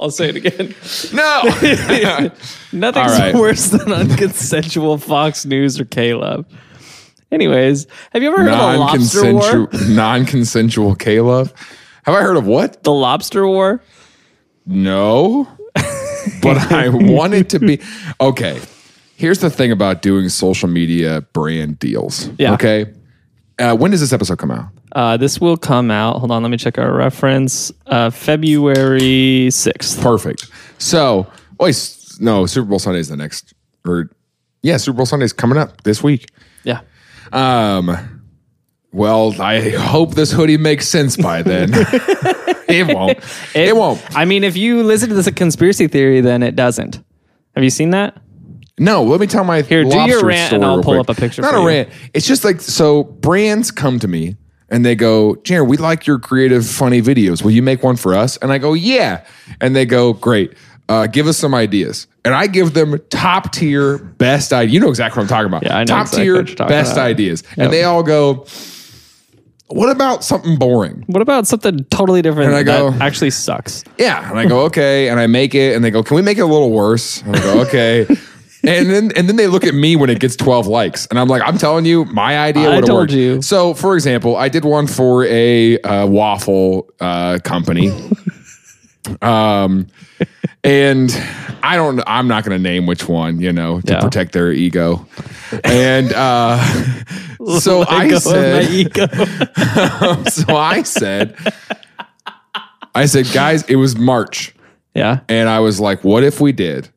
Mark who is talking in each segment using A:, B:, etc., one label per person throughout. A: I'll say it again.
B: No.
A: Nothing's
B: All right.
A: worse than unconsensual Fox News or Caleb. Anyways, have you ever heard of the lobster war?
B: non-consensual, non-consensual Caleb. Have I heard of what?
A: The lobster war?
B: No, but I want it to be okay. Here's the thing about doing social media brand deals.
A: Yeah.
B: Okay. Uh, when does this episode come out?
A: Uh, this will come out. Hold on, let me check our reference. Uh, February 6th.
B: Perfect. So, oh, it's- no, Super Bowl Sunday is the next, or yeah, Super Bowl Sunday is coming up this week.
A: Yeah.
B: Um, well, I hope this hoodie makes sense by then. it won't. It, won't.
A: I mean, if you listen to this a conspiracy theory, then it doesn't. Have you seen that?
B: No, let me tell my
A: Here, do your
B: lobster
A: rant and
B: story
A: I'll
B: real
A: pull up
B: quick.
A: a picture
B: Not
A: for
B: a
A: you.
B: rant. It's just like so. Brands come to me and they go, "Jared, we like your creative, funny videos. Will you make one for us?" And I go, "Yeah." And they go, "Great. Uh, give us some ideas." And I give them top tier, best idea. You know exactly what I'm talking about.
A: Yeah, I know
B: top
A: exactly
B: tier,
A: what you're talking
B: best
A: about.
B: ideas.
A: Yep.
B: And they all go, "What about something boring?"
A: What about something totally different
B: And I
A: that
B: go-
A: actually sucks?
B: Yeah. And I go, okay. And I make it. And they go, can we make it a little worse? And I go, okay. and then and then they look at me when it gets 12 likes. And I'm like, I'm telling you, my idea
A: I
B: would have
A: told
B: worked.
A: you.
B: So for example, I did one for a uh, waffle uh, company. um and I don't I'm not gonna name which one, you know, to
A: Yeah.
B: protect their ego. And uh so
A: Let
B: I
A: go of
B: said
A: oh, my ego.
B: so I said I said, guys, it was March.
A: yeah.
B: And I was like, what if we did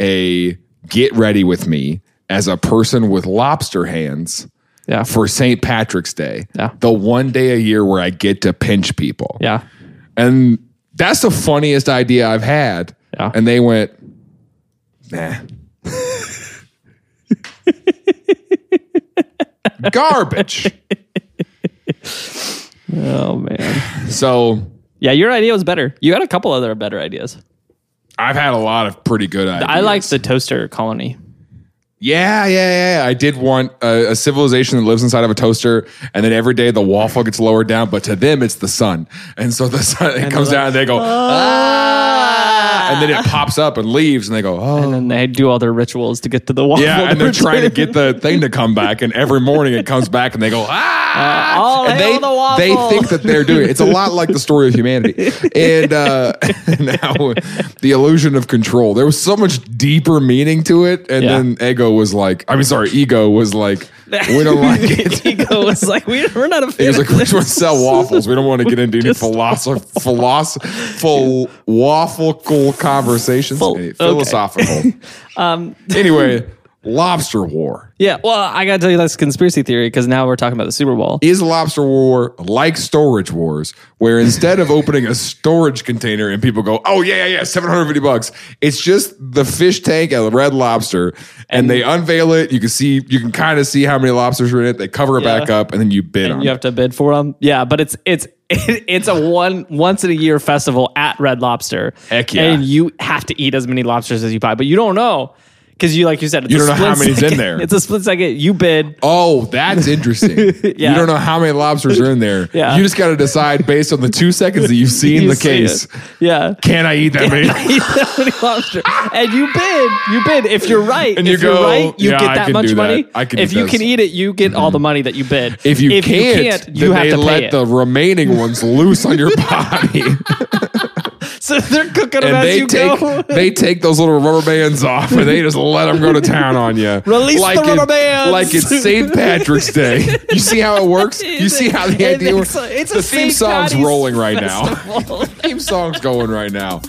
B: a get ready with me as a person with lobster hands
A: Yeah.
B: for St. Patrick's Day?
A: Yeah.
B: The one day a year where I get to pinch people.
A: Yeah.
B: And that's the funniest idea I've had.
A: Yeah.
B: And they went, nah. Garbage.
A: Oh, man.
B: So
A: Yeah, your idea was better. You had a couple other better ideas.
B: I've had a lot of pretty good ideas.
A: I liked the toaster colony.
B: Yeah, yeah, yeah. I did want a, a civilization that lives inside of a toaster, and then every day the waffle gets lowered down, but to them it's the sun, and so the sun it comes down, and they go ah, and then it pops up and leaves, and they go oh.
A: And then they do all their rituals to get to the waffle.
B: Yeah, and they're trying to get
A: the
B: the thing to come back, and every morning it comes back, and they go ah.
A: all
B: and
A: hail oh, the waffle.
B: they think that they're doing it. It's a lot like the story of humanity, and uh, now the illusion of control. There was so much deeper meaning to it, and
A: Yeah.
B: then ego was like, I mean, sorry, ego was like, we don't like it.
A: ego was like, we, we're not a fan.
B: He was like,
A: of
B: we just
A: this.
B: want to sell waffles. We don't want to get into any philosoph- philosoph- phil- waffle conversations.
A: Phil-
B: Any-
A: okay. Um,
B: Philosophical. anyway, lobster war.
A: Yeah, well, I got to tell you that's conspiracy theory because now we're talking about the Super Bowl.
B: Is lobster war like storage wars, where instead of opening a storage container and people go, oh, yeah, yeah, yeah, 750 bucks, it's just the fish tank at Red Lobster and, they unveil it. You can see, you can kind of see how many lobsters are in it. They cover it
A: Yeah.
B: back up and then you bid on
A: You
B: it.
A: have to bid for them. Yeah, but it's it's it's a one once in a year festival at Red Lobster.
B: Heck yeah.
A: And you have to eat as many lobsters as you buy, but you don't know because you like you said, it's
B: You
A: a
B: don't know how
A: split
B: many's in
A: second.
B: there.
A: It's a split second. You bid.
B: Oh, that's interesting.
A: Yeah.
B: You don't know how many lobsters are in there.
A: Yeah.
B: You just got to decide based on the two seconds that you've seen
A: you
B: the
A: see it.
B: case.
A: Yeah.
B: Can I eat that many?
A: Eat that many lobster. And you bid, you bid. If you're right,
B: And
A: if
B: you
A: are
B: go,
A: right, you
B: "Yeah,
A: get
B: I
A: that
B: can
A: much
B: do that.
A: money.
B: I can
A: if
B: eat
A: you
B: this. Mm-hmm.
A: can eat it, you get all the money that you bid.
B: If you can't,
A: you,
B: then
A: have
B: they
A: to pay
B: let
A: it.
B: the remaining ones loose on your body,
A: so they're cooking them
B: and
A: as
B: they
A: you
B: take
A: go.
B: they take those little rubber bands off, and they just let them go to town on you.
A: Release the rubber
B: it-
A: bands.
B: Like it's St. Patrick's Day. You see how it works. You see how the
A: And
B: idea
A: it's
B: works.
A: a- it's a
B: the theme
A: St.
B: song's
A: Patty's
B: rolling right now.
A: festival.
B: theme song's going right now.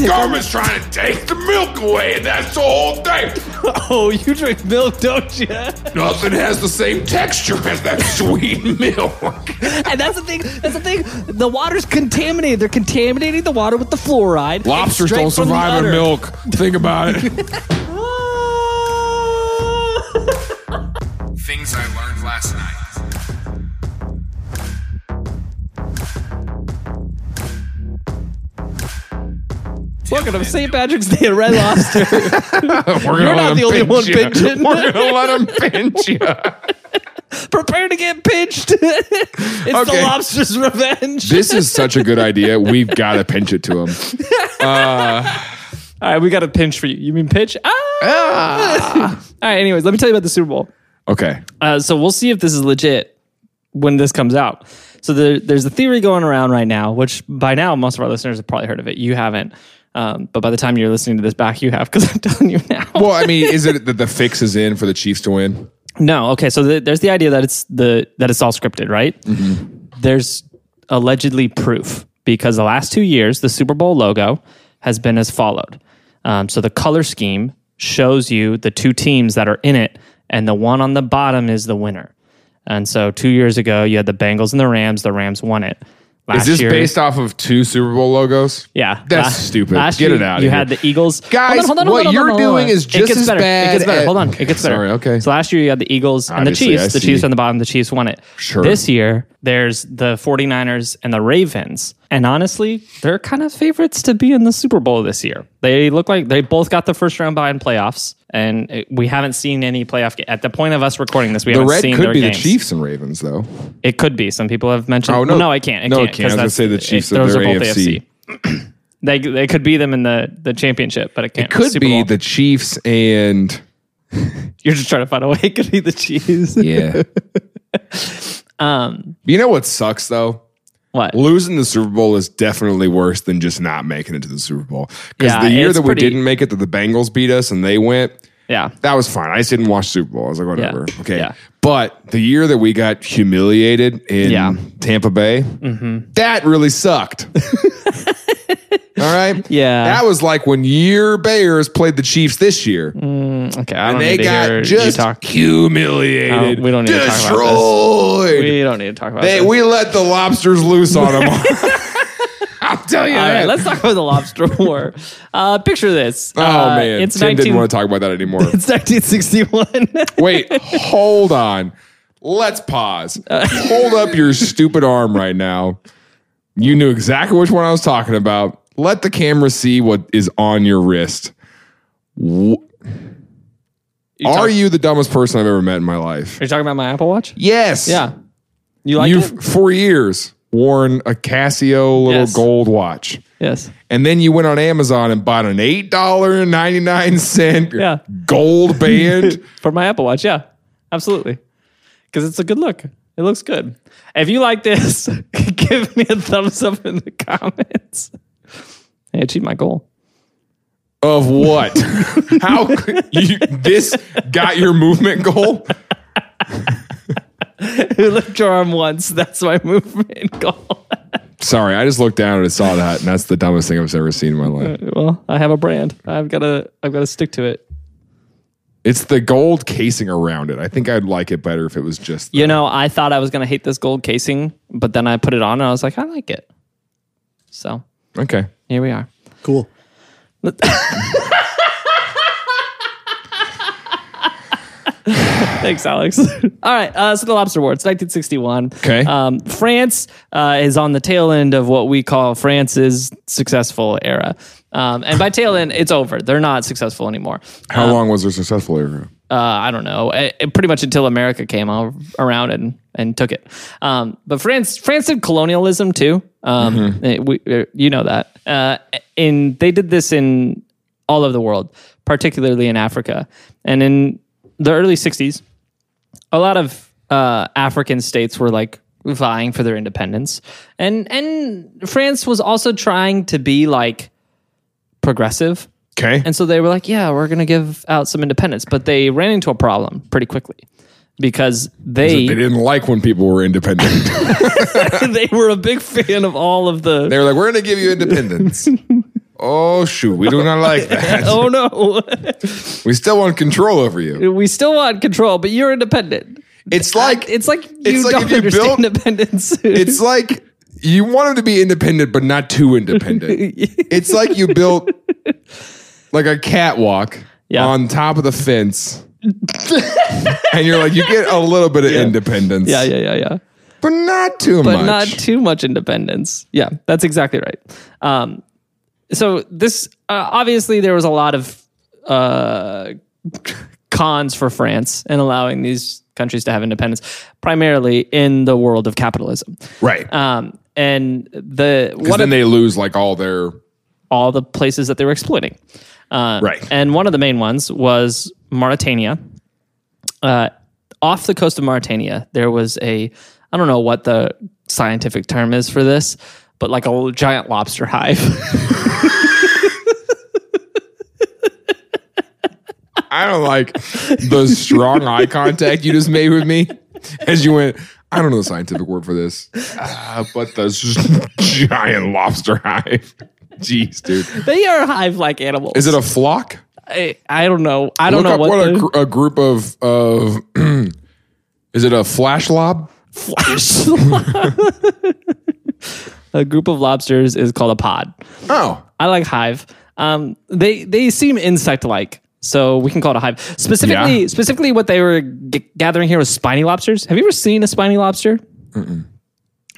B: Garmin's trying to take the milk away, and that's the whole thing.
A: oh, you drink milk, don't you? And
B: Nothing has the same texture as that sweet milk.
A: that's the thing. That's the thing. The water's contaminated. They're contaminating the water with the fluoride.
B: Lobsters
A: Straight
B: don't
A: from the
B: survive on
A: udder.
B: milk. Think about it.
A: Ah.
C: Things I learned last night.
A: Welcome to St. Patrick's Day at Red Lobster.
B: We're gonna
A: You're not
B: let 'em
A: the only
B: pinch
A: one
B: ya.
A: pinching.
B: We're gonna let them pinch you.
A: Prepare to get pinched. it's the
B: Okay.
A: lobster's revenge.
B: This is such a good idea. We've got to pinch it to him.
A: All right, we got a pinch for you. You mean pitch? Ah! All right, anyways, let me tell you about the Super Bowl.
B: Okay.
A: Uh, so we'll see if this is legit when this comes out. So there, there's a theory going around right now, which by now most of our listeners have probably heard of it. You haven't, um, but by the time you're listening to this back, you have because I'm telling you now.
B: Well, I mean, is it that the fix is in for the Chiefs to win?
A: No, okay. So th there's the idea that it's the that it's all scripted, right?
B: Mm-hmm.
A: There's allegedly proof because the last two years the Super Bowl logo has been as followed. Um, so the color scheme shows you the two teams that are in it, and the one on the bottom is the winner. And so two years ago, you had the Bengals and the Rams. The Rams won it. Last
B: Is this
A: year,
B: based off of two Super Bowl logos?
A: Yeah,
B: That's
A: Last-
B: stupid.
A: last
B: Get
A: year,
B: it out.
A: You had the Eagles,
B: Guys, what you're doing is just
A: it gets
B: as
A: better. It gets
B: bad
A: better.
B: at-
A: Hold on, it gets better.
B: Sorry, okay.
A: So last year you had the Eagles and the
B: Obviously, I
A: Chiefs. The
B: see.
A: Chiefs on the bottom. The Chiefs won it.
B: Sure.
A: This year there's the 49ers and the Ravens, and honestly, they're kind of favorites to be in the Super Bowl this year. They look like they both got the first round bye in playoffs, and it- we haven't seen any playoff ga- at the point of us recording this. We
B: The
A: haven't
B: red
A: seen
B: could
A: their
B: be
A: games.
B: the Chiefs and Ravens, though.
A: It could be. Some people have mentioned.
B: Oh,
A: Oh
B: no.
A: no, I can't. It
B: No, it
A: can't.
B: can't. I
A: 'cause
B: was gonna
A: that's-
B: say the
A: it-
B: Chiefs, that
A: Those
B: they're
A: are both
B: AFC.
A: AFC. They they could be them in the the championship, but it can't.
B: Could
A: Super
B: be
A: Bowl.
B: the Chiefs and
A: You're just trying to find a way. It could be the Chiefs.
B: yeah.
A: Um,
B: you know what sucks though?
A: what?
B: Losing the Super Bowl is definitely worse than just not making it to the Super Bowl. Because
A: Yeah,
B: the year
A: it's
B: that we
A: pretty-
B: didn't make it, that the Bengals beat us and they went,
A: Yeah.
B: that was fine. I just didn't watch Super Bowl. I was like, whatever.
A: Yeah.
B: Okay.
A: Yeah.
B: But the year that we got humiliated in
A: Yeah. Mm-hmm.
B: Tampa Bay, that really sucked. All right.
A: Yeah.
B: That was like when your Bears played the Chiefs this year.
A: Okay. I don't
B: and
A: need
B: they
A: to hear
B: got just
A: you talk.
B: humiliated.
A: Oh, we don't need to talk about this.
B: Destroyed.
A: We don't need to talk about
B: They,
A: this.
B: we let the lobsters loose on them. I'll tell you
A: All
B: that.
A: right, let's talk about the lobster war. Uh, picture this.
B: oh
A: Uh,
B: man,
A: it's
B: Tim
A: 19,
B: didn't want to talk about that anymore.
A: It's 1961.
B: Wait, hold on. Let's pause. hold up your stupid arm right now. You knew exactly which one I was talking about. Let the camera see what is on your wrist. Wh- Are
A: talk-
B: you the dumbest person I've ever met in my life?
A: Are you talking about my Apple Watch?
B: Yes.
A: Yeah. You like
B: You've
A: it?
B: for years worn a Casio little
A: Yes.
B: gold watch.
A: Yes.
B: And then you went on Amazon and bought an $8.99
A: Yeah.
B: gold band.
A: For my Apple Watch, yeah, absolutely, because it's a good look. It looks good. If you like this, give me a thumbs up in the comments. I achieved my goal.
B: of what? How could you, this got your movement goal?
A: Lift your arm once. That's my movement goal.
B: Sorry, I just looked down and saw that, and that's the dumbest thing I've ever seen in my life.
A: well, I have a brand. I've got to. I've got to stick to it.
B: It's the gold casing around it. I think I'd like it better if it was just.
A: You know, I thought I was gonna hate this gold casing, but then I put it on and I was like, I like it. So
B: Okay.
A: here we are.
D: Cool.
A: Thanks, Alex. All right. Uh, so the Lobster Awards, 1961.
B: Okay.
A: Um, France uh, is on the tail end of what we call France's successful era. Um, and by tail end, it's over. They're not successful anymore.
B: How long was their successful era?
A: Uh, I don't know. It, it pretty much until America came o- around and, and took it. Um, but France, France did colonialism too. Um, it- we, uh, you know that. Uh, in they did this in all over the world, particularly in Africa, and in the early '60s a lot of uh, African states were like vying for their independence, and and France was also trying to be like progressive,
B: Okay.
A: and so they were like, yeah, we're gonna give out some independence, but they ran into a problem pretty quickly because
B: They
A: they
B: didn't like when people were independent.
A: they were a big fan of all of the
B: They were like, we're going to give you independence. oh, shoot. We do not like that.
A: oh no
B: We still want control over you.
A: we still want control, but you're independent.
B: It's like
A: It's like you
B: It's like
A: don't
B: if you
A: understand
B: built-
A: independence.
B: it's like you want them to be independent, but not too independent. it's like you built like a catwalk
A: Yeah.
B: on top of the fence, and you're like, you get a little bit of independence,
A: yeah, yeah, yeah, yeah.
B: but not too
A: but
B: much.
A: not too much independence. Yeah, that's exactly right. Um, so this uh, obviously there was a lot of uh, cons for France in allowing these countries to have independence, primarily in the world of capitalism.
B: Right.
A: Um, and the
B: Because
A: what
B: then they lose like all their
A: all the places that they were exploiting. Uh,
B: Right.
A: And one of the main ones was Mauritania. Uh, off the coast of Mauritania, there was a, I don't know what the scientific term is for this, but like a l- giant lobster hive.
B: I don't like the strong eye contact you just made with me as you went. I don't know the scientific word for this, uh, but the s- giant lobster hive. Jeez, dude,
A: they are hive like animals.
B: is it a flock?
A: I, I don't know. I don't
B: Look
A: know
B: up
A: what,
B: what, a,
A: the
B: gr- a group of of. is it a flash lob?
A: flash. a group of lobsters is called a pod.
B: Oh,
A: I like hive. Um, they they seem insect like, so we can call it a hive. Specifically,
B: Yeah.
A: specifically, what they were g- gathering here was spiny lobsters. Have you ever seen a spiny lobster?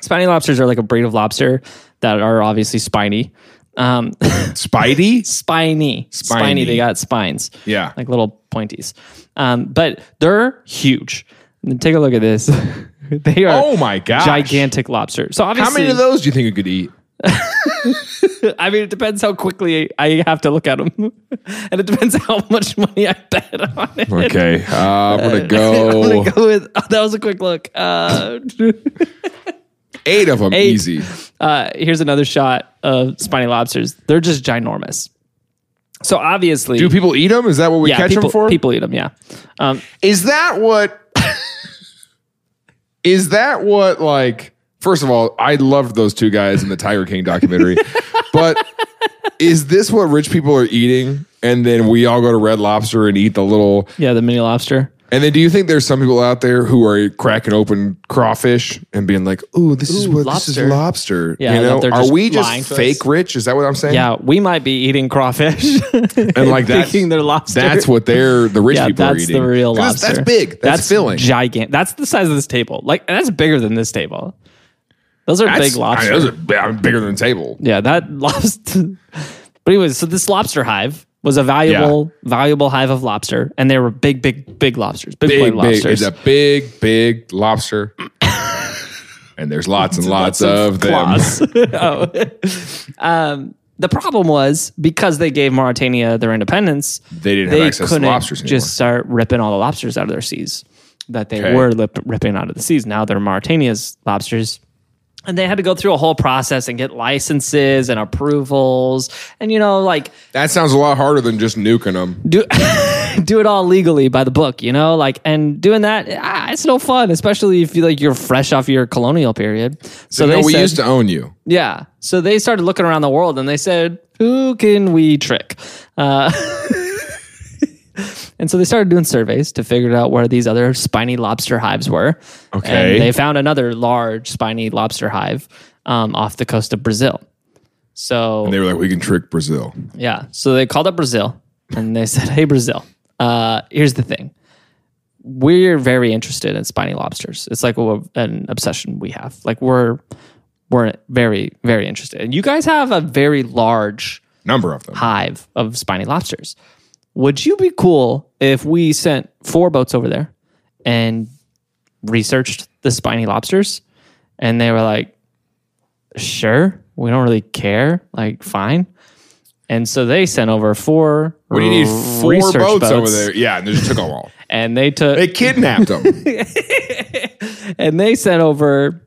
A: Spiny lobsters are like a breed of lobster that are obviously spiny. Um,
B: Spidey.
A: spiny,
B: Spiny.
A: They got spines.
B: Yeah.
A: like little pointies. Um, but they're huge. Take a look at this. they are
B: Oh my gosh!
A: gigantic lobster. So
B: How
A: obviously,
B: many of those do you think you could eat?
A: I mean, it depends how quickly I have to look at them, and it depends how much money I bet on it.
B: Okay, uh, I'm gonna
A: I'm
B: go
A: gonna go with oh, that was a quick look. Uh,
B: eight of them.
A: Eight.
B: Easy.
A: uh, here's another shot of spiny lobsters. They're just ginormous. So obviously,
B: Do people eat them? Is that what we
A: yeah,
B: catch
A: people,
B: them for?
A: people eat them. Yeah, um,
B: Is that what? is that what? Like, first of all, I loved those two guys in the Tiger King documentary, but is this what rich people are eating? And then we all go to Red Lobster and eat the little.
A: yeah, the mini lobster.
B: And then, do you think there's some people out there who are cracking open crawfish and being like, "Ooh, this is
A: Ooh,
B: what this
A: lobster."
B: is lobster."
A: Yeah,
B: you
A: that
B: know,
A: they're
B: are
A: just
B: we just
A: lying to us.
B: fake rich? Is that what I'm saying?
A: Yeah, we might be eating crawfish and
B: like that's-
A: thinking they're lobster.
B: that's what they're the rich
A: yeah,
B: people
A: that's
B: are eating.
A: the real
B: 'Cause
A: lobster.
B: That's big. That's, filling.
A: Gigantic. That's the size of this table. Like and that's bigger than this table. Those are
B: That's-
A: big lobsters.
B: I mean, those are bi- I'm bigger than a table.
A: yeah, that lobster. but anyway, so this lobster hive was a valuable, valuable hive of lobster, and they were big, big, big lobsters, big,
B: big,
A: big
B: big.
A: lobsters.
B: It's a big, big lobster. and there's lots and lots, of them.
A: Claws. oh. um, the problem was because they gave Mauritania their independence,
B: They didn't have
A: they
B: access to
A: couldn't
B: lobsters anymore.
A: just start ripping all the lobsters out of their seas that they
B: Okay.
A: were lip- ripping out of the seas. Now they're Mauritania's lobsters. And they had to go through a whole process and get licenses and approvals and, you know, like
B: That sounds a lot harder than just nuking them.
A: do do it all legally by the book, you know, like and doing that, ah, it's no fun, especially if you like you're fresh off your colonial period. So
B: So
A: they
B: we
A: said,
B: used to own you.
A: yeah. So they started looking around the world and they said, who can we trick? Uh, and so they started doing surveys to figure out where these other spiny lobster hives were.
B: Okay.
A: And they found another large spiny lobster hive um, off the coast of Brazil. So
B: They were like, we can trick Brazil.
A: yeah. So they called up Brazil and they said, Hey, Brazil, uh, here's the thing. We're very interested in spiny lobsters. It's like a, an obsession we have. Like we're we're very very interested. And you guys have a very large
B: Number of them.
A: hive of spiny lobsters. Would you be cool if we sent four boats over there and researched the spiny lobsters? And they were like, sure, we don't really care. Like, fine. And so they sent over four.
B: What do you need? Four boats,
A: research
B: over there. Yeah, and they just took them all.
A: And they took
B: They kidnapped them.
A: and they sent over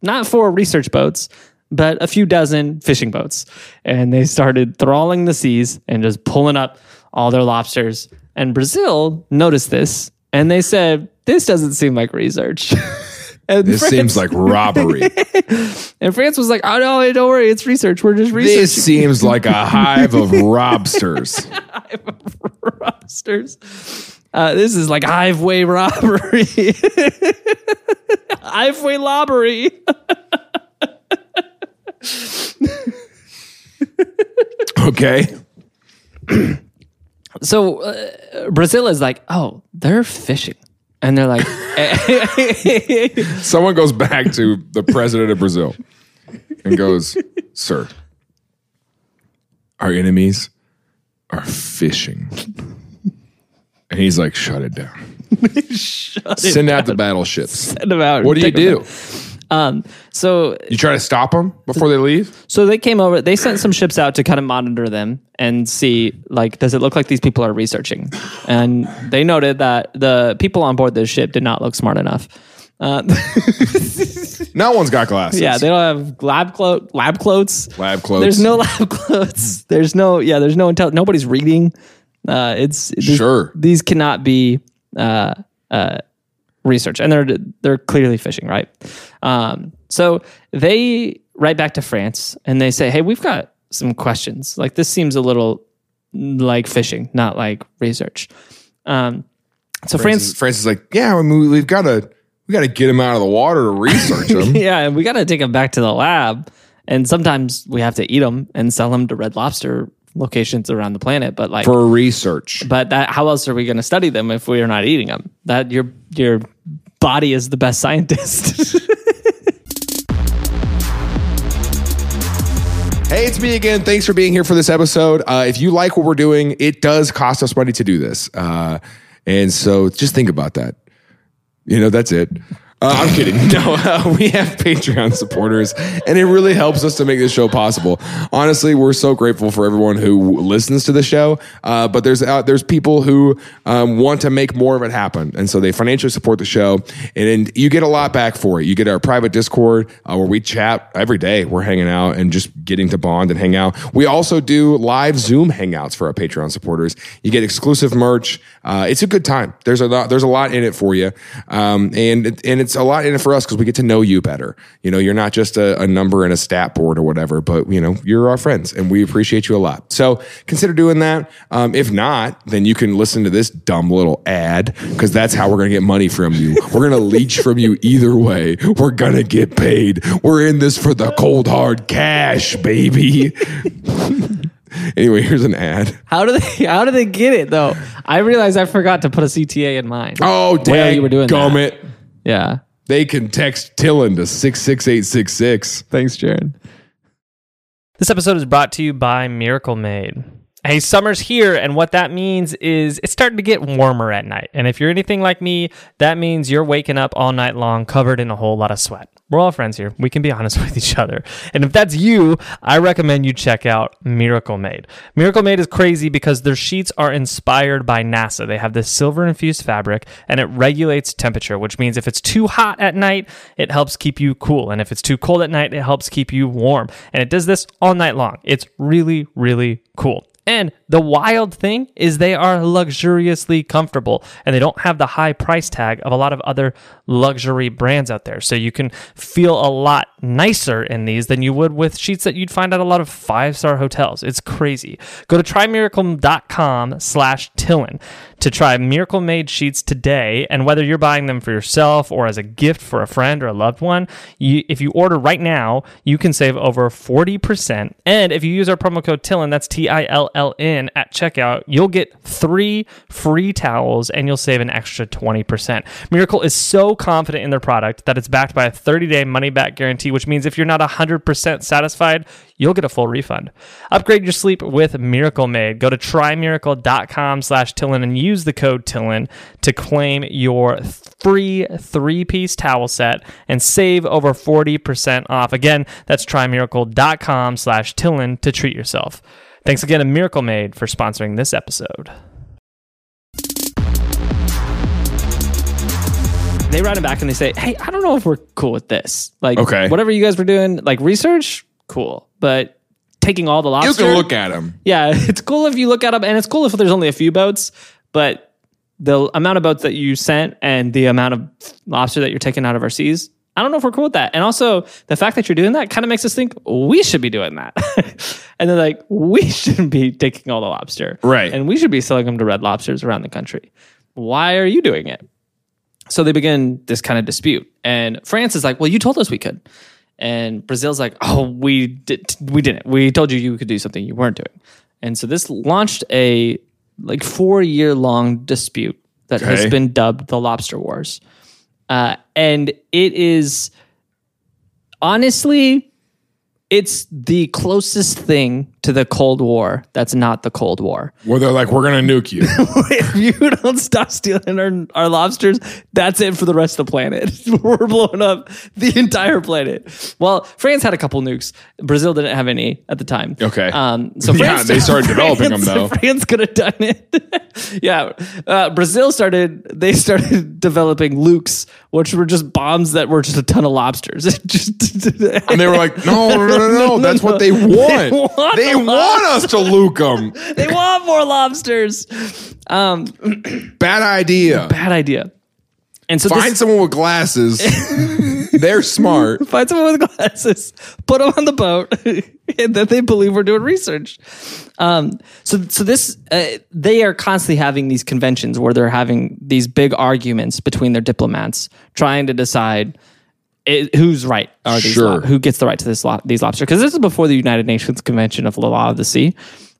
A: not four research boats, but a few dozen fishing boats. And they started trawling the seas and just pulling up all their lobsters. And Brazil noticed this and they said, This doesn't seem like research. and,
B: this
A: France,
B: seems like robbery.
A: and France was like, Oh, no, hey, don't worry. It's research. We're just researching
B: this seems like a hive of robsters.
A: lobsters. Uh, this is like hiveway robbery. hiveway lobbery.
B: Okay.
A: so uh, Brazil is like, oh, they're fishing, and they're like,
B: Someone goes back to the president of Brazil and goes, Sir, our enemies are fishing. And he's like, Shut it down.
A: Shut it
B: Send out the battleships.
A: Send 'em out.
B: What do you
A: Take 'em
B: do?
A: Um, so
B: You try to stop them before they leave?
A: so they came over. They sent some ships out to kind of monitor them and see like does it look like these people are researching? And they noted that the people on board this ship did not look smart enough. Uh,
B: Not one's got glasses.
A: yeah, they don't have lab clo- lab clothes.
B: Lab clothes.
A: There's no lab clothes. There's no yeah. There's no intel. Nobody's reading. Uh, it's these-
B: Sure.
A: These cannot be uh, uh, research, and they're they're clearly fishing, right? Um, so they write back to France and they say, "Hey, we've got some questions. Like this seems a little like fishing, not like research." Um, so France
B: France, France is like, yeah, I mean, we've got to we got to get them out of the water to research them.
A: yeah, and we got to take them back to the lab. And sometimes we have to eat them and sell them to Red Lobster locations around the planet. But like,
B: for research.
A: but that how else are we going to study them if we are not eating them? That your your body is the best scientist.
B: Hey, it's me again. Thanks for being here for this episode. Uh, if you like what we're doing, it does cost us money to do this, uh, and so just think about that. You know, that's it. Uh, I'm kidding. No, uh, we have Patreon supporters, and it really helps us to make this show possible. Honestly, we're so grateful for everyone who listens to the show. Uh, but there's uh, there's people who um, want to make more of it happen, and so they financially support the show, and, and you get a lot back for it. You get our private Discord uh, where we chat every day. We're hanging out and just getting to bond and hang out. We also do live Zoom hangouts for our Patreon supporters. You get exclusive merch. Uh, it's a good time. There's a lot, there's a lot in it for you, um, and it- and it's a lot in it for us because we get to know you better. You know, you're not just a, a number and a stat board or whatever, but you know, you're our friends, and we appreciate you a lot. So consider doing that. Um, if not, then you can listen to this dumb little ad because that's how we're gonna get money from you. We're gonna leech from you either way. We're gonna get paid. We're in this for the cold hard cash, baby. anyway, here's an ad.
A: how do they how do they get it though? I realized I forgot to put a CTA in mine.
B: Oh, dang,
A: you were doing that.
B: gummit.
A: Yeah.
B: They can text Tillin to 66866.
A: Thanks, Jared.
D: This episode is brought to you by Miracle Made. Hey, summer's here, and what that means is it's starting to get warmer at night. And if you're anything like me, that means you're waking up all night long covered in a whole lot of sweat. We're all friends here. We can be honest with each other. And if that's you, I recommend you check out Miracle Made. Miracle Made is crazy because their sheets are inspired by NASA. They have this silver infused fabric and it regulates temperature, which means if it's too hot at night, it helps keep you cool. And if it's too cold at night, it helps keep you warm. And it does this all night long. It's really, really cool. And the wild thing is they are luxuriously comfortable and they don't have the high price tag of a lot of other luxury brands out there. So you can feel a lot nicer in these than you would with sheets that you'd find at a lot of five-star hotels. It's crazy. Go to trymiracle.com slash Tillin to try Miracle Made sheets today. And whether you're buying them for yourself or as a gift for a friend or a loved one, you, if you order right now, you can save over 40%. And if you use our promo code TILLIN, that's T I L L N, at checkout, you'll get three free towels and you'll save an extra 20%. Miracle is so confident in their product that it's backed by a 30 day money back guarantee, which means if you're not 100% satisfied, you'll get a full refund. Upgrade your sleep with Miracle Made. Go to trymiracle.com slash Tillin and use the code Tillin to claim your free three-piece towel set and save over 40% off. Again, that's trymiracle.com slash Tillin to treat yourself. Thanks again to Miracle Made for sponsoring this episode.
A: They run it back and they say, "Hey, I don't know if we're cool with this. Like,
B: Okay.
A: whatever you guys were doing, like research, cool, but." Taking all the
B: You
A: lobster.
B: can look at them.
A: Yeah, it's cool if you look at them, and it's cool if there's only a few boats, but the amount of boats that you sent and the amount of lobster that you're taking out of our seas, I don't know if we're cool with that. And also, the fact that you're doing that kind of makes us think we should be doing that. and they're like, we shouldn't be taking all the lobster.
B: Right.
A: And we should be selling them to red lobsters around the country. Why are you doing it? So they begin this kind of dispute. And France is like, well, you told us we could. And Brazil's like, oh, we did, we didn't. We told you you could do something you weren't doing. And so this launched a like four year long dispute that
B: Okay.
A: has been dubbed the Lobster Wars. Uh, and it is honestly, it's the closest thing to the Cold War that's not the Cold War.
B: Where they're like, we're going to nuke you.
A: if you don't stop stealing our, our lobsters, that's it for the rest of the planet. We're blowing up the entire planet. Well, France had a couple nukes. Brazil didn't have any at the time.
B: Okay.
A: Um, so
B: Yeah,
A: France,
B: they started developing them, though.
A: France could have done it. yeah. Uh, Brazil started, they started developing Lukes, which were just bombs that were just a ton of lobsters. just,
B: And they were like, no, no, no, no, no. That's what they want. They want,
A: want the
B: us to nuke them.
A: they want more lobsters. Um,
B: Bad idea.
A: bad idea. And so
B: Find
A: this,
B: someone with glasses. they're smart.
A: find someone with glasses, put them on the boat, and then they believe we're doing research. Um, so, so this uh, they are constantly having these conventions where they're having these big arguments between their diplomats, trying to decide i who's right. Are these
B: Sure.
A: lo- who gets the right to this lo- these lobster? Because this is before the United Nations Convention of the Law of the Sea.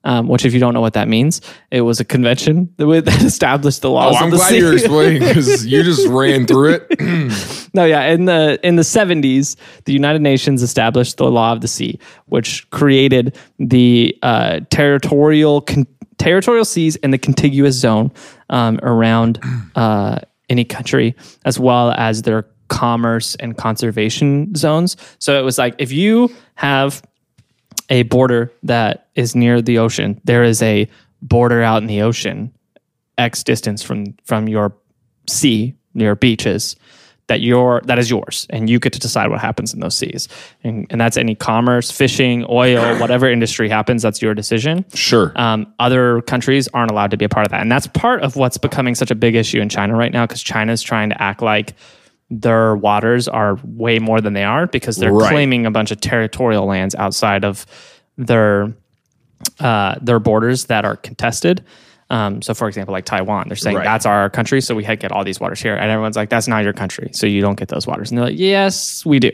A: Um, which, if you don't know what that means, it was a convention that that established the
B: Oh,
A: laws
B: I'm
A: of the
B: glad
A: sea.
B: you're explaining because you just ran through it.
A: No, yeah, in the in the seventies, the United Nations established the Law of the Sea, which created the uh, territorial con- territorial seas and the contiguous zone um, around uh, any country, as well as their commerce and conservation zones. So it was like if you have a border that is near the ocean, there is a border out in the ocean X distance from from your sea, your beaches, that your that is yours, and you get to decide what happens in those seas, and, and that's any commerce, fishing, oil, whatever industry happens, that's your decision.
B: Sure.
A: Um, other countries aren't allowed to be a part of that, and that's part of what's becoming such a big issue in China right now because China's trying to act like their waters are way more than they are because they're
B: Right.
A: claiming a bunch of territorial lands outside of their uh, their borders that are contested. Um, so, for example, like Taiwan, they're saying
B: Right.
A: that's our country, so we had get all these waters here, and everyone's like, "That's not your country, so you don't get those waters." And they're like, "Yes, we do,"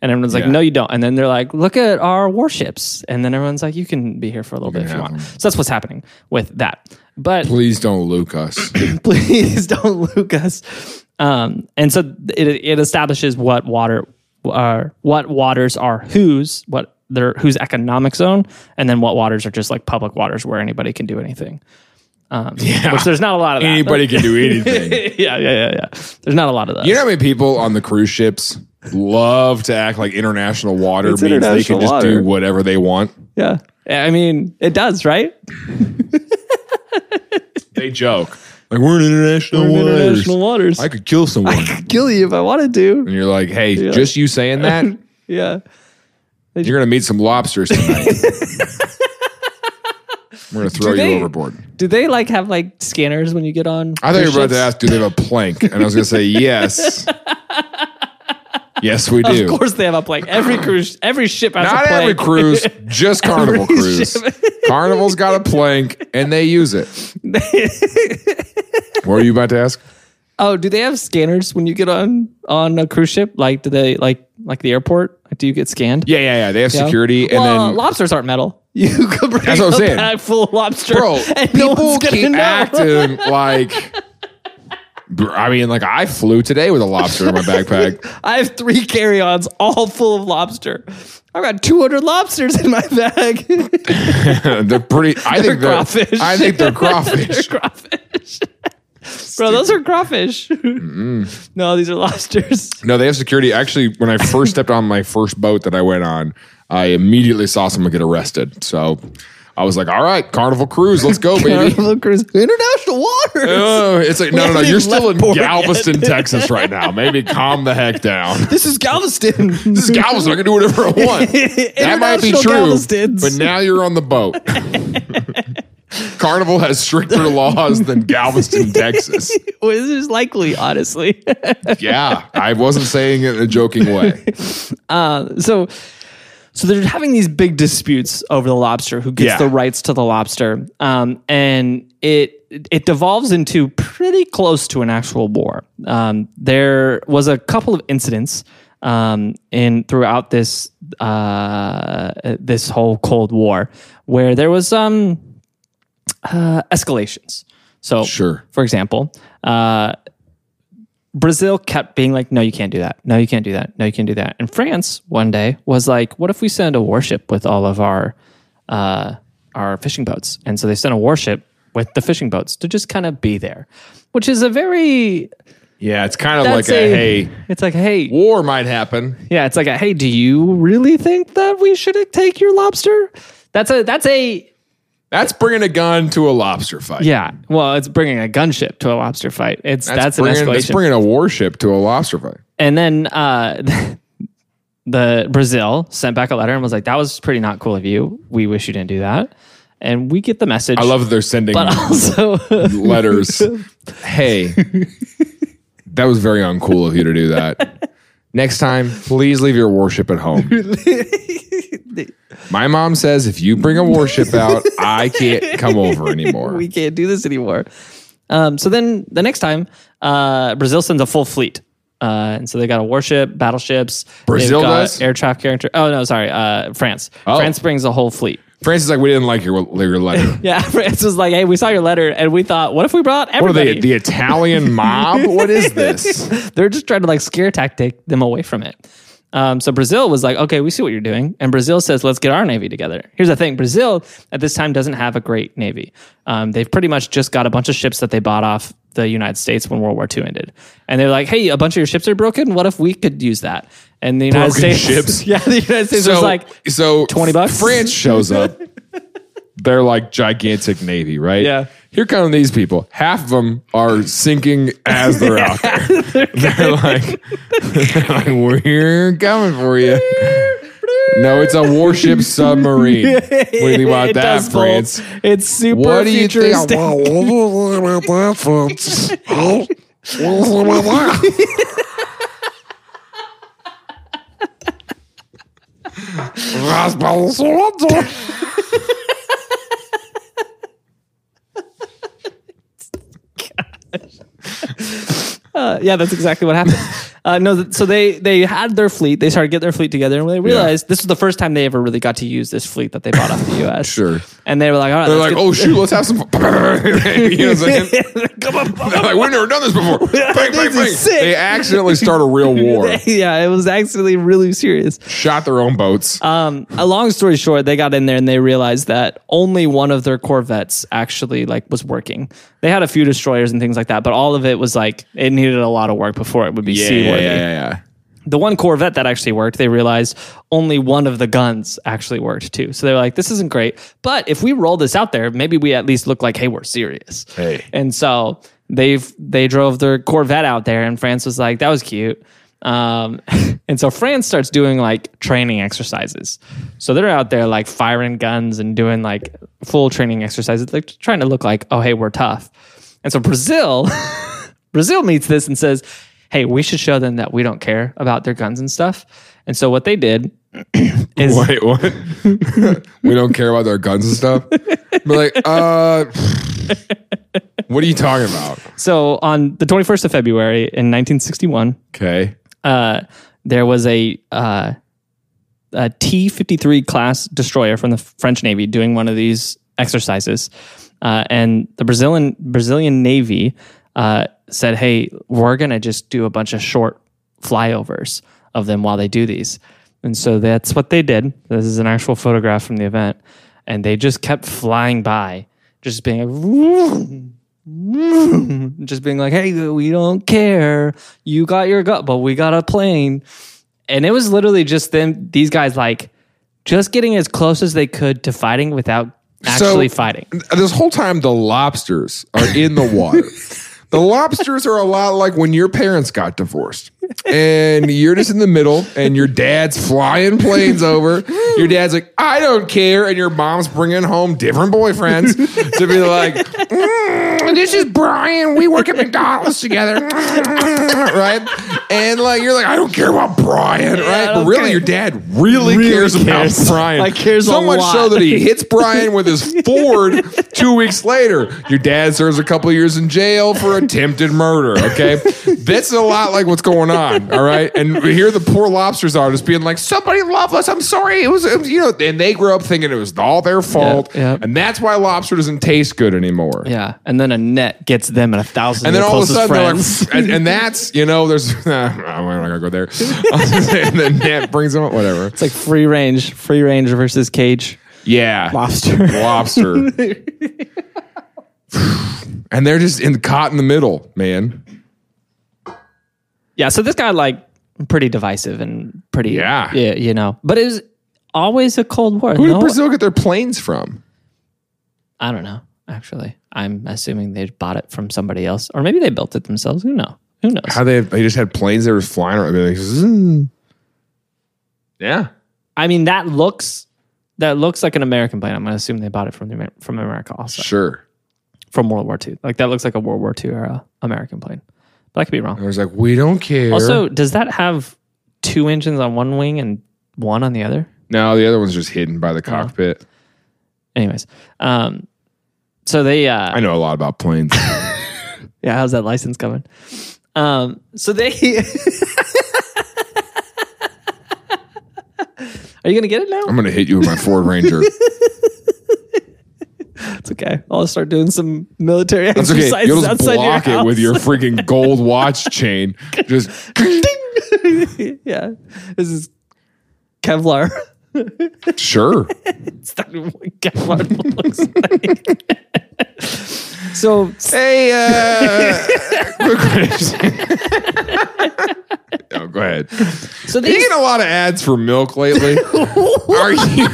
A: and everyone's like,
B: Yeah.
A: "No, you don't." And then they're like, "Look at our warships," and then everyone's like, "You can be here for a little bit if you
B: have
A: want." So that's what's happening with that. But
B: Please don't nuke us.
A: please don't luke us. Um, and so it, it establishes what water are what waters are whose what their whose economic zone, and then what waters are just like public waters where anybody can do anything. Um, Which there's not a lot of that.
B: Anybody can do anything.
A: yeah, yeah, yeah, yeah. There's not a lot of that.
B: You know how many people on the cruise ships love to act like international water
A: It's
B: means they can
A: international
B: just do
A: water.
B: whatever they want?
A: yeah. I mean, it does, right?
B: They joke. Like, we're in international waters.
A: International waters.
B: I could kill someone.
A: kill you if I wanted to.
B: And you're like, hey, just you saying that,
A: Yeah.
B: you're going to meet some lobsters tonight. we're going to throw
A: Do they-
B: you overboard.
A: Do they like have like scanners when you get on?
B: I thought you were about
A: cruise ships?
B: to ask, do they have a plank? And I was going to say, yes. yes, we do.
A: Of course, they have a plank. Every cruise, every ship has
B: Not
A: a plank.
B: every cruise, just Carnival
A: Every
B: cruise.
A: ship.
B: Carnival's got a plank and they use it. what were you about to ask?
A: Oh, do they have scanners when you get on on a cruise ship? Like, do they like like the airport? Like, do you get scanned?
B: Yeah, yeah, yeah. They have
A: Yeah.
B: security and
A: well,
B: then
A: lobsters aren't metal. You could bring
B: That's what I'm
A: a
B: saying.
A: bag full of lobster,
B: bro,
A: and no
B: people
A: one's gonna
B: keep
A: know.
B: acting like. Br- I mean, like I flew today with a lobster in my backpack.
A: I have three carry-ons all full of lobster. I've got 200 lobsters in my bag.
B: they're pretty. I think they're.
A: crawfish.
B: I think they're crawfish.
A: crawfish. Bro, those are crawfish. no, these are lobsters.
B: no, they have security. Actually, when I first stepped on my first boat that I went on, I immediately saw someone get arrested. So I was like, "All right, Carnival Cruise, let's go, baby."
A: Carnival Cruise. International waters.
B: Oh, it's like no, no, no.
A: Maybe
B: You're still in
A: left port.
B: Galveston, Texas, right now. Maybe calm the heck down.
A: this is Galveston.
B: This is Galveston. I can do whatever I want. That might be
A: International
B: true,
A: Galvestons.
B: but now you're on the boat. Carnival has stricter laws than Galveston, Texas.
A: Well, this is likely, honestly.
B: Yeah, I wasn't saying it in a joking way.
A: so, so they're having these big disputes over the lobster, who gets
B: Yeah.
A: the rights to the lobster, um, and it it devolves into pretty close to an actual war. Um, there was a couple of incidents um, in throughout this uh, this whole Cold War where there was um, uh, escalations. So,
B: Sure.
A: for example, uh, Brazil kept being like, no, you can't do that. No, you can't do that. No, you can't do that. And France one day was like, what if we send a warship with all of our uh, are fishing boats, and so they sent a warship with the fishing boats to just kind of be there, which is a very
B: Yeah, it's kind of
A: that's
B: like a, hey,
A: it's like hey,
B: war might happen.
A: yeah, it's like a hey, do you really think that we should take your lobster? That's a that's a
B: That's bringing a gun to a lobster fight.
A: yeah. Well, it's bringing a gunship to a lobster fight. It's that's, an
B: bringing,
A: escalation.
B: That's bringing a warship to a lobster fight.
A: and then uh, the Brazil sent back a letter and was like, "That was pretty not cool of you. We wish you didn't do that." And we get the message.
B: I love that they're sending
A: but also
B: letters. hey, that was very uncool of you to do that. Next time, please leave your warship at home. My mom says if you bring a warship out, I can't come over anymore.
A: we can't do this anymore. Um, so then the next time, uh, Brazil sends a full fleet. Uh, and so they got a warship, battleships. they've
B: Brazil
A: got
B: does?
A: air traffic character. Oh no, sorry, uh, France.
B: Oh.
A: France brings a whole fleet.
B: France is like, we didn't like your, your letter.
A: Yeah, France was like, "Hey, we saw your letter, and we thought, what if we brought
B: What are
A: everybody?
B: they? The Italian mob? What is this?
A: They're just trying to like scare tactic them away from it." Um, so Brazil was like, "Okay, we see what you're doing," and Brazil says, "Let's get our navy together." Here's the thing: Brazil at this time doesn't have a great navy. Um, they've pretty much just got a bunch of ships that they bought off the United States when World War II ended, and they're like, "Hey, a bunch of your ships are broken. What if we could use that?" And the United
B: Broken
A: States
B: ships?
A: yeah, the United States was like,
B: so
A: 20 bucks?
B: France shows up. They're like gigantic navy, right?
A: Yeah.
B: Here come these people. Half of them are sinking as they're out there. they're, like, they're like, we're coming for you. No, it's a warship submarine. What do you think about
A: It
B: that,
A: does both.
B: France?
A: It's super
B: What do you think?
A: futuristic. Uh, yeah, that's exactly what happened. Uh, no, th- so they they had their fleet. They started getting their fleet together, and they realized this was the first time they ever really got to use this fleet that they bought off the U.S.
B: Sure.
A: And they were like, all right,
B: They're
A: let's
B: like, oh shoot, let's have some. Fun. you know what I'm saying?
A: get- come on, come
B: They're like, we've never done this before. Bang, bang,
A: This is
B: bang.
A: sick.
B: They accidentally start a real war.
A: on. yeah, it was actually really serious.
B: Shot their own boats.
A: Um, a long story short, they got in there and they realized that only one of their corvettes actually like was working. They had a few destroyers and things like that, but all of it was like it needed a lot of work before it would be seaworthy.
B: yeah.
A: the one Corvette that actually worked, they realized only one of the guns actually worked too. So they were like, this isn't great. But if we roll this out there, maybe we at least look like, hey, we're serious.
B: Hey.
A: And so they've they drove their Corvette out there and France was like, that was cute. Um, and so France starts doing like training exercises. So they're out there like firing guns and doing like full training exercises, like trying to look like, oh, hey, we're tough. And so Brazil Brazil meets this and says, "Hey, we should show them that we don't care about their guns and stuff." And so what they did is
B: Wait, what? we don't care about their guns and stuff. But like, uh, what are you talking about?
A: so on the 21st of February in 1961,
B: Okay,
A: uh, there was a uh, a T 53 class destroyer from the French Navy doing one of these exercises. Uh, and the Brazilian Brazilian Navy uh, said, hey, we're going to just do a bunch of short flyovers of them while they do these. And so that's what they did. This is an actual photograph from the event. And they just kept flying by, just being like, just being like, "Hey, we don't care. You got your gut, but we got a plane." And it was literally just them, these guys, like, just getting as close as they could to fighting without actually fighting.
B: this whole time the lobsters are in the water. the lobsters are a lot like when your parents got divorced, and you're just in the middle, and your dad's flying planes over. Your dad's like, I don't care, and your mom's bringing home different boyfriends to be like, "Mm, this is Brian. We work at McDonald's together, right? And like, you're like, I don't care about Brian, right?
A: I
B: But
A: don't
B: really,
A: care.
B: your dad really, cares,
A: cares.
B: about Brian.
A: Like, cares
B: so
A: a
B: much so
A: lot.
B: that he hits Brian with his Ford two weeks later. Your dad serves a couple years in jail for attempted murder. Okay. That's a lot like what's going on. All right. And here the poor lobsters are just being like, somebody love us. I'm sorry. It was, it was you know, and they grew up thinking it was all their fault.
A: yeah.
B: And that's why lobster doesn't taste good anymore.
A: Yeah, and then a net gets them and a thousand.
B: And
A: of
B: then
A: their
B: all of a
A: closest
B: sudden, they're
A: friends.
B: like, and, and that's, you know, there's, nah, I'm not going to go there. and then that brings them up, whatever.
A: it's like free range, free range versus cage.
B: Yeah.
E: lobster.
B: Lobster. and they're just in caught in the middle, man.
A: Yeah, so this guy like pretty divisive and pretty
B: Yeah.
A: yeah, you know. But it was always a cold war.
B: Who did
A: No-
B: Brazil get their planes from?
A: I don't know, actually. I'm assuming they bought it from somebody else or maybe they built it themselves. Who know? Who knows?
B: How they they just had planes that were flying around. They're like, "Zzz." yeah.
A: I mean, that looks that looks like an American plane. I'm going to assume they bought it from the, Amer- from America also.
B: Sure.
A: From World War II. Like that looks like a World War II era American plane. But I could be wrong.
B: I was like, we don't care.
A: Also, does that have two engines on one wing and one on the other?
B: no, the other one's just hidden by the cockpit.
A: Anyways, um, so they uh,
B: I know a lot about planes.
A: yeah, how's that license coming? Um, so they are you gonna get it now?
B: I'm gonna hit you with my Ford Ranger.
A: It's okay. I'll start doing some military
B: It's
A: exercises
B: okay. You'll just
A: outside your
B: block it
A: house.
B: with your freaking gold watch chain. Just
A: yeah. This is Kevlar.
B: sure.
A: it's not even what Kevlar looks like. so
B: Hey, uh, quick question. oh, go ahead.
A: so
B: Are you
A: these
B: getting a lot of ads for milk lately? are you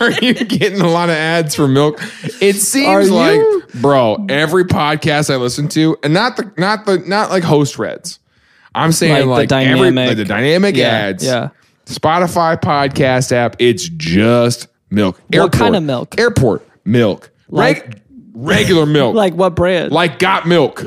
B: are you getting a lot of ads for milk? It seems
A: Are
B: like,
A: you?
B: bro, every podcast I listen to, and not the not the not like host reds. I'm saying like,
A: Like the
B: every
A: dynamic-
B: like the dynamic ads.
A: Yeah.
B: Spotify podcast app. It's just milk.
A: What kind of milk?
B: Airport milk.
A: Like-
B: Reg- regular milk.
A: Like what brand?
B: like got milk.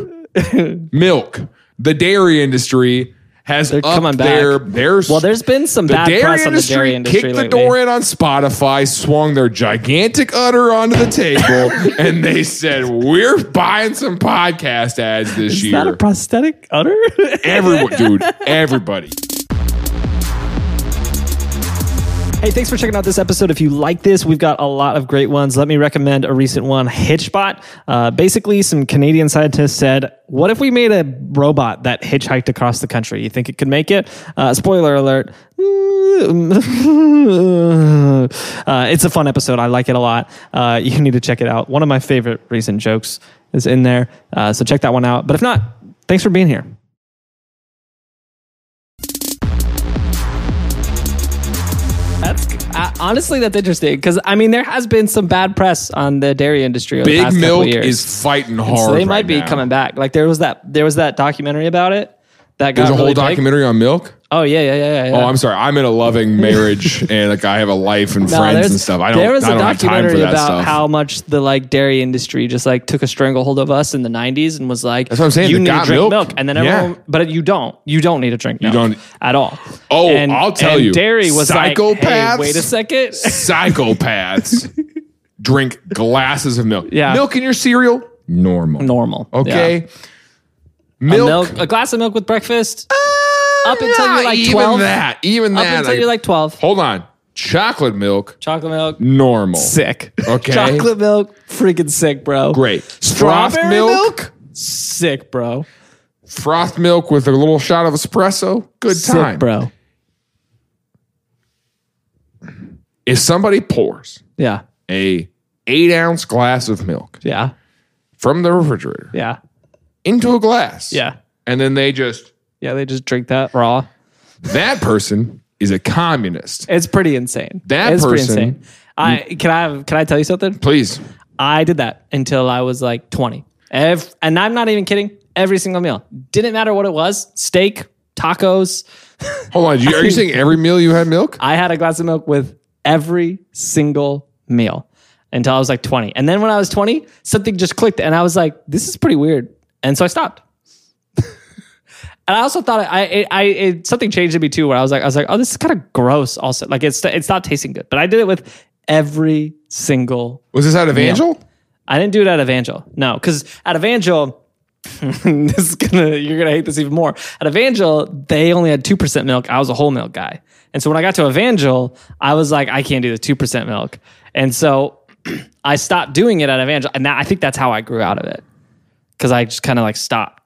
B: milk. The dairy industry has upped
A: coming back.
B: their their
A: well, there's been some
B: the
A: bad
B: dairy
A: press on the dairy
B: industry,
A: industry
B: kicked
A: lately.
B: the door in on Spotify, swung their gigantic udder onto the table, and they said, "We're buying some podcast ads this
A: Is
B: year."
A: that a prosthetic udder?
B: Everyone, dude, everybody.
A: hey, thanks for checking out this episode. If you like this, we've got a lot of great ones. Let me recommend a recent one, Hitchbot. Uh, basically, some Canadian scientists said, "What if we made a robot that hitchhiked across the country? You think it could make it?" Uh, spoiler alert. Uh, it's a fun episode. I like it a lot. Uh, you need to check it out. One of my favorite recent jokes is in there. Uh, so check that one out. But if not, thanks for being here. That's uh, honestly that's interesting because I mean there has been some bad press on the dairy industry. Over the
B: Big
A: past couple
B: Milk
A: years.
B: is fighting hard.
A: so they
B: right
A: might be
B: now.
A: coming back. Like there was that there was that documentary about it that got
B: There's a whole
A: really big.
B: documentary on milk.
A: Oh yeah yeah yeah yeah. yeah.
B: Oh, I'm sorry. I'm in a loving marriage, and like I have a life and
A: No,
B: friends
A: there's-
B: and stuff. I don't.
A: There was
B: I don't
A: a
B: have time for
A: documentary
B: that
A: about
B: stuff.
A: how much the like dairy industry just like took a stranglehold of us in the '90s and was like,
B: That's what I'm saying,
A: You
B: they
A: need to
B: got
A: drink
B: milk.
A: milk. and then
B: Yeah.
A: everyone, but you don't. You don't need to drink milk.
B: don't-
A: at all.
B: Oh,
A: And-
B: I'll tell
A: and
B: you,
A: Dairy was like, hey,
B: psychopaths-
A: wait a second.
B: psychopaths drink glasses of milk.
A: Yeah.
B: milk in your cereal, normal.
A: Normal.
B: Okay,
A: Yeah. A
B: milk.
A: milk- a glass of milk with breakfast. up until
B: Ah,
A: you're like
B: even
A: 12.
B: that, even
A: Up
B: that.
A: until you're like 12.
B: hold on, chocolate milk,
A: Chocolate milk.
B: normal.
A: Sick.
B: Okay.
A: Chocolate milk. Freaking sick, bro.
B: Great. Frothed
A: Strawberry
B: milk,
A: milk? Sick, bro.
B: frothed milk with a little shot of espresso. Good
A: Sick,
B: time,
A: bro.
B: If somebody pours
A: Yeah.
B: a eight ounce glass of milk
A: Yeah.
B: from the refrigerator
A: Yeah.
B: into a glass,
A: Yeah.
B: and then they just
A: Yeah, they just drink that raw.
B: that person is a communist.
A: It's pretty insane.
B: That
A: it's pretty
B: person-
A: insane. I can I have, can I tell you something?
B: Please,
A: I did that until I was like 20. Ev- and I'm not even kidding. Every single meal. Didn't matter what it was. Steak, tacos.
B: hold on. You- Are you saying every meal you had milk?
A: I had a glass of milk with every single meal until I was like 20. And then when I was 20, something just clicked and I was like, this is pretty weird. And so I stopped. and I also thought I, I, I it, something changed in me too, where I was like, I was like, oh, this is kind of gross also. Like it's, it stopped tasting good, but I did it with every single,
B: Was this out of Angel?
A: I didn't do it at Evangel. No. Cause at Evangel, this is gonna you're gonna hate this even more. At Evangel, they only had two percent milk. I was a whole milk guy, and so when I got to Evangel, I was like, I can't do the two percent milk, and so I stopped doing it at Evangel. And now I think that's how I grew out of it because I just kind of like stopped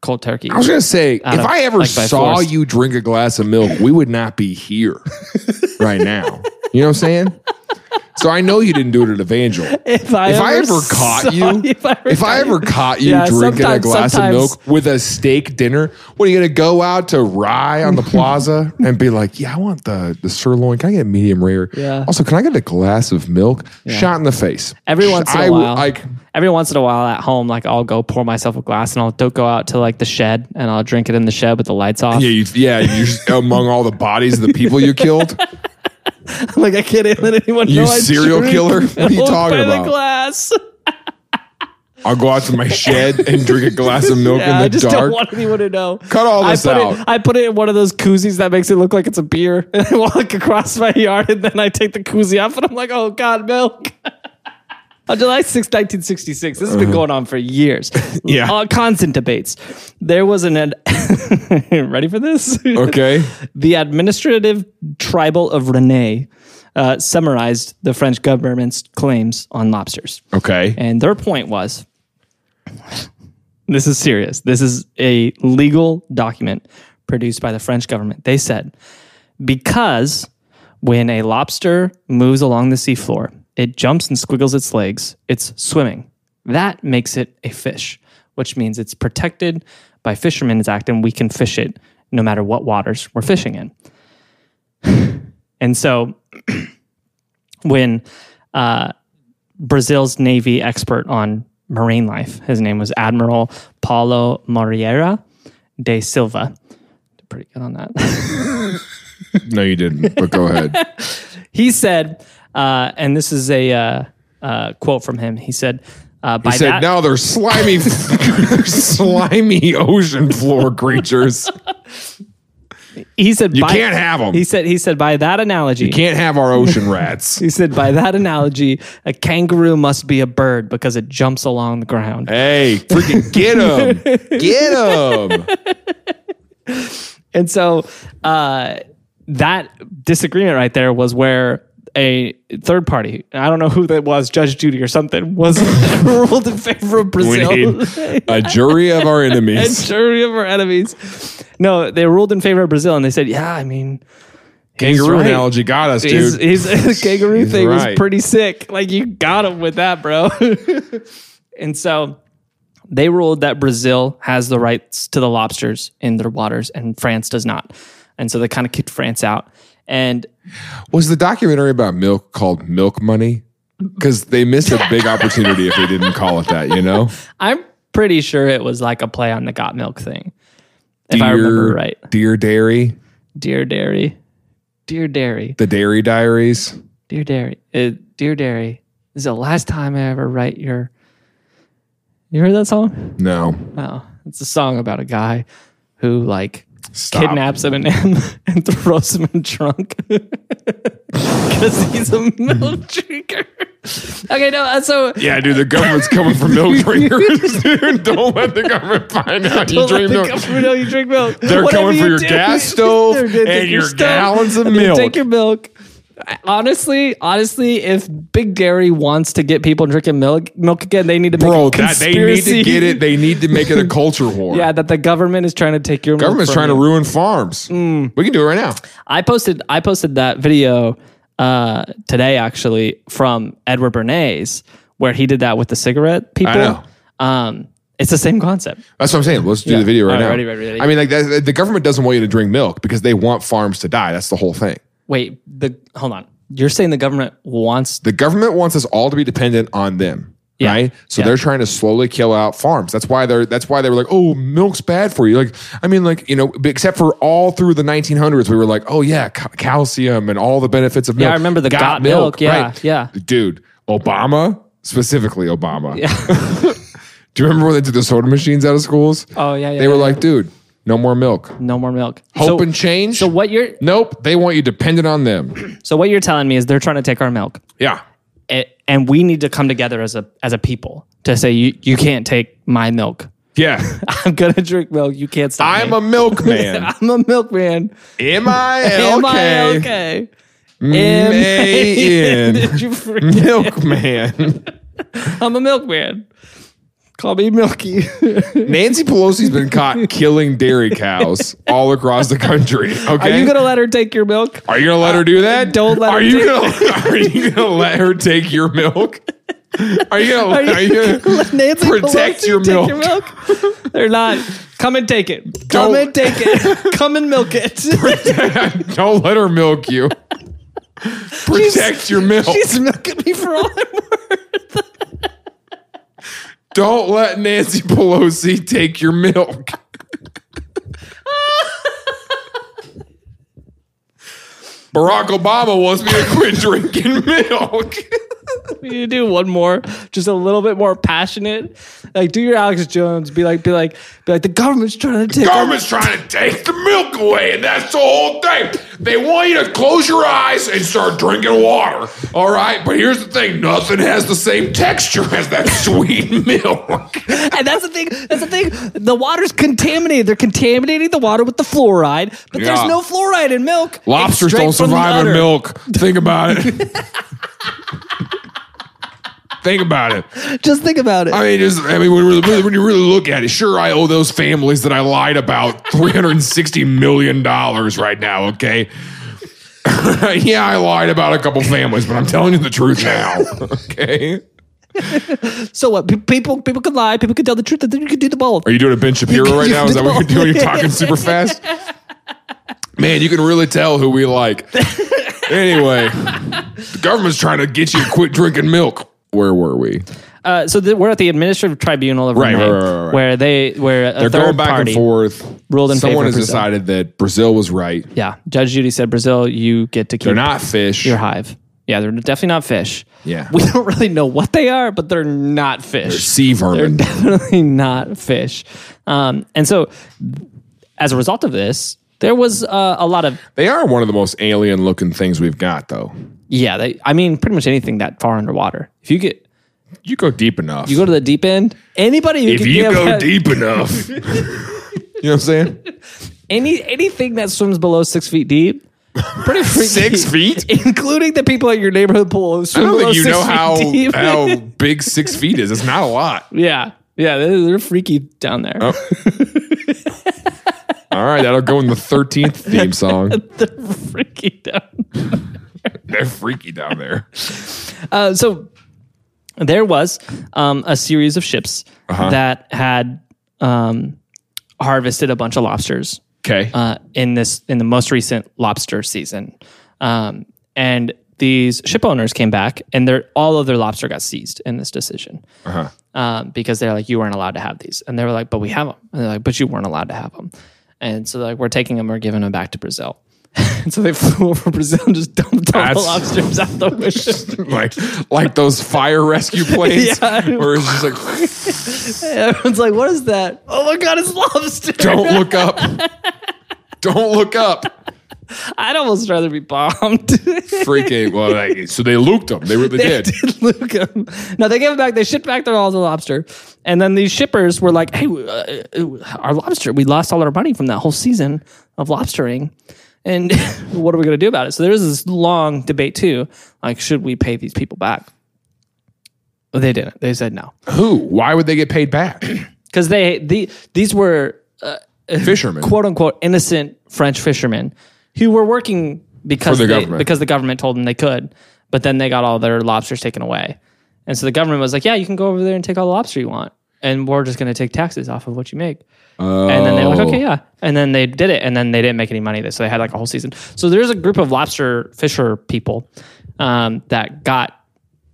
A: cold turkey.
B: I was gonna say, if
A: of-
B: I ever
A: like by
B: saw
A: force.
B: you drink a glass of milk, we would not be here right now. You know what I'm saying? So I know you didn't do it at Evangel.
A: If I
B: if I
A: ever
B: ever caught
A: saw-
B: you,
A: if I ever
B: if
A: caught
B: I
A: you-
B: ever caught you
A: Yeah,
B: drinking a
A: sometimes-
B: glass
A: sometimes.
B: of milk with a steak dinner, what are you going to go out to Rye on the plaza and be like, yeah, I want the, the sirloin. Can I get medium rare?
A: Yeah.
B: Also, can I get a glass of milk? Shot in the face.
A: Every once in
B: a
A: a while,
B: Like,
A: every once in a while at home, like I'll go pour myself a glass and I'll do- go out to like the shed and I'll drink it in the shed with the lights off.
B: yeah, you, yeah you just, among all the bodies of the people you killed,
A: like I can't let anyone
B: You
A: know. I
B: serial
A: drink
B: killer? What are you
A: milk
B: talking
A: by
B: about?
A: The glass.
B: I'll go out to my shed and drink a glass of milk
A: Yeah, I
B: in the
A: just
B: dark.
A: don't want anyone to know.
B: Cut all this
A: I put
B: out.
A: It, I put it in one of those koozies that makes it look like it's a beer, and I walk across my yard, and then I take the koozie off, and I'm like, "Oh God, milk." On July 6, 1966, this has been going on for years.
B: Uh-huh. Yeah.
A: Uh, constant debates. There was an. Ad- Ready for this?
B: okay.
A: the administrative tribal of Rennes uh, summarized the French government's claims on lobsters.
B: Okay.
A: And their point was this is serious. This is a legal document produced by the French government. They said because when a lobster moves along the seafloor, it jumps and squiggles its legs, it's swimming. That makes it a fish, which means it's protected by Fisherman's Act and we can fish it no matter what waters we're fishing in. and so when uh, Brazil's Navy expert on marine life. His name was Admiral Paulo Moreira de Silva. Did Pretty good on that.
B: No, you didn't, but go ahead.
A: he said, uh, and this is a uh, uh, quote from him. He said, uh, by
B: He said,
A: that,
B: "Now they're slimy, they're slimy ocean floor creatures.
A: he said,
B: You
A: by-
B: can't have 'em.
A: He said, he said, by that analogy,
B: Can't have our ocean rats."
A: he said, by that analogy, a kangaroo must be a bird because it jumps along the ground.
B: Hey, freaking get them, get them.
A: And so uh, that disagreement right there was where a third party, I don't know who that was, Judge Judy or something, was ruled in favor of
B: We
A: Brazil.
B: need a jury of our
A: and
B: enemies.
A: jury of our enemies. No, they ruled in favor of Brazil and they said, yeah, I mean, he's
B: Kangaroo
A: right.
B: analogy got us,
A: His,
B: dude.
A: his, kangaroo
B: He's
A: thing
B: right.
A: was pretty sick. Like you got him with that, bro. and so they ruled that Brazil has the rights to the lobsters in their waters and France does not. And so they kind of kicked France out. And
B: Was the documentary about milk called Milk Money? Because they missed a big opportunity if they didn't call it that. You know,
A: I'm pretty sure it was like a play on the got milk thing. If I remember right.
B: Dear Dairy,
A: Dear dairy. Dear dairy.
B: the Dairy Diaries.
A: Dear dairy. Uh, dear dairy. This is the last time I ever write your You heard that song?
B: No,
A: Oh, it's a song about a guy who like
B: Stop.
A: kidnaps Eminem and throws him in a trunk because he's a milk drinker. Okay, no, uh, so
B: Yeah, dude, the government's coming for milk drinkers, dude. Don't let the government find out you
A: don't let
B: drink
A: the
B: milk.
A: government know you drink milk.
B: They're
A: Whatever
B: coming for
A: you
B: your
A: do,
B: gas
A: they're
B: stove
A: gonna take
B: and your
A: stuff,
B: gallons of
A: and they're gonna
B: milk.
A: Take your milk. Honestly, honestly, if Big Dairy wants to get people drinking milk, milk again, they need to
B: Bro,
A: make a
B: that, they need
A: conspiracy.
B: to get it. They need to make it a culture war.
A: Yeah, that the government is trying to take your
B: government's
A: milk from
B: trying
A: you.
B: to ruin farms.
A: Mm.
B: We can do it right now.
A: I posted I posted that video uh, today actually from Edward Bernays where he did that with the cigarette people.
B: know.
A: Um, it's the same concept.
B: That's what I'm saying. Let's do the video right
A: All right,
B: now.
A: ready, ready, ready.
B: I mean, like that, the government doesn't want you to drink milk because they want farms to die. That's the whole thing.
A: Wait, the hold on. You're saying the government wants
B: The government wants us all to be dependent on them.
A: Yeah.
B: Right, so
A: Yeah.
B: they're trying to slowly kill out farms. That's why they're. That's why they were like, "Oh, milk's bad for you." Like, I mean, like you know, except for all through the 1900s, we were like, "Oh yeah, ca- calcium and all the benefits of milk."
A: Yeah, I remember the got milk. Yeah, yeah.
B: dude. Obama specifically, Obama. Do you remember when they did the soda machines out of schools?
A: Oh, yeah, yeah,
B: They were
A: yeah,
B: like, "Dude, no more milk.
A: no more milk.
B: Hope
A: so,
B: and change."
A: so what you're
B: nope, they want you dependent on them.
A: so what you're telling me is they're trying to take our milk.
B: yeah,
A: A- and we need to come together as a as a people to say you you can't take my milk.
B: yeah.
A: I'm gonna drink milk. You can't stop
B: I'm
A: me.
B: a milkman.
A: I'm a milkman.
B: M I L
A: Am I
B: K
A: okay?
B: M A N
A: Did you forget?
B: milkman.
A: I'm a milkman. Call me Milky.
B: Nancy Pelosi's been caught killing dairy cows all across the country.
A: Are
B: Okay.
A: you gonna let her take your milk?
B: Are you gonna let her do that?
A: Don't let
B: are
A: her
B: you
A: take-
B: gonna Are you gonna let her take your milk? Are you gonna, are you,
A: you
B: gonna
A: Let Nancy
B: Protect
A: Pelosi
B: your
A: take
B: milk.
A: milk? They're not. Come and take it. Come
B: Don't-
A: and take it. Come and milk it.
B: don't let her milk you? Protect your milk.
A: She's milking me for all I'm worth.
B: Don't let Nancy Pelosi take your milk. Barack Obama wants me to quit drinking milk.
A: We need to do one more, just a little bit more passionate. Like do your Alex Jones. Be like, be like, be like. The government's trying to take. our
B: Government's trying to take the milk away, and that's the whole thing. They want you to close your eyes and start drinking water. All right, but here's the thing: nothing has the same texture as that sweet milk.
A: And that's the thing. That's the thing. The water's contaminated. They're contaminating the water with the fluoride, but
B: Yeah.
A: there's no fluoride in milk. It's
B: Lobsters
A: straight
B: don't
A: from the
B: survive on
A: udder.
B: milk. Think about it. Think about it.
A: Just think about it.
B: I mean, just, I mean, when, you really, when you really look at it, sure, I owe those families that I lied about three hundred and sixty million dollars right now. Okay, yeah, I lied about a couple families, but I'm telling you the truth now. Okay,
A: so what? Pe- people people can lie. People can tell the truth. And then you can do the both.
B: are you doing a Ben Shapiro right now? Is that what you're doing? You're talking super fast. Man, you can really tell who we like. Anyway, the government's trying to get you to quit drinking milk. Where were we?
A: Uh, so the, we're at the administrative tribunal of
B: Right,
A: Remain,
B: right, right, right, right.
A: where they where a
B: They're
A: third
B: going back
A: party,
B: and forth.
A: ruled in
B: Someone
A: favor
B: has
A: of Brazil.
B: decided that Brazil was right.
A: Yeah, Judge Judy said, Brazil, you get to keep
B: They're not fish.
A: your hive. Yeah, they're definitely not fish.
B: Yeah.
A: we don't really know what they are, but they're not fish.
B: sea vermin.
A: definitely not fish. Um, and so, as a result of this, there was uh, a lot of
B: They are one of the most alien looking things we've got, though.
A: yeah. They, I mean, pretty much anything that far underwater. If you get
B: You go deep enough.
A: you go to the deep end, anybody who
B: if
A: can
B: you
A: get
B: go
A: that-
B: deep enough. you know what I'm saying?
A: any anything that swims below six feet deep, pretty freaky.
B: Six feet?
A: including the people at your neighborhood pool. Who
B: I
A: swim
B: don't
A: below
B: think you
A: six
B: know
A: feet
B: how
A: deep.
B: how big six feet is. It's not a lot.
A: yeah, yeah, they're, they're freaky down there.
B: Oh. All right, that'll go in the thirteenth theme song.
A: they're freaky down.
B: They're freaky down there.
A: Uh, so there was um, a series of ships that had um, harvested a bunch of lobsters
B: Okay.
A: uh, in this in the most recent lobster season, um, and these ship owners came back and their all of their lobster got seized in this decision um, because they're like you weren't allowed to have these, and they were like, but we have them, and they're like, but you weren't allowed to have them, and so they're like we're taking them, we're giving them back to Brazil. And so they flew over Brazil and just dumped all the
B: That's-
A: lobsters out the window.
B: like like those fire rescue planes
A: Yeah.
B: where it's just like
A: Everyone's like, what is that? Oh my God, it's lobster.
B: don't look up. Don't look up.
A: I'd almost rather be bombed.
B: Freaking well, like, so they looped them. They really
A: They
B: did.
A: did look 'em. No, they gave it back. They shipped back their all the lobster, and then these shippers were like, "Hey, uh, uh, our lobster. We lost all our money from that whole season of lobstering, and what are we going to do about it?" So there was this long debate too, like, should we pay these people back? But they didn't. They said no
B: Who? Why would they get paid back?
A: because they the these were
B: Fishermen.
A: quote unquote innocent French fishermen who were working because
B: For the
A: they-
B: government.
A: because the government told them they could, but then they got all their lobsters taken away, and so the government was like, "Yeah, you can go over there and take all the lobster you want, and we're just going to take taxes off of what you make." And then they were like,
B: Oh.
A: "Okay, yeah," and then they did it, and then they didn't make any money, so they had like a whole season. So there's a group of lobster fisher people um, that got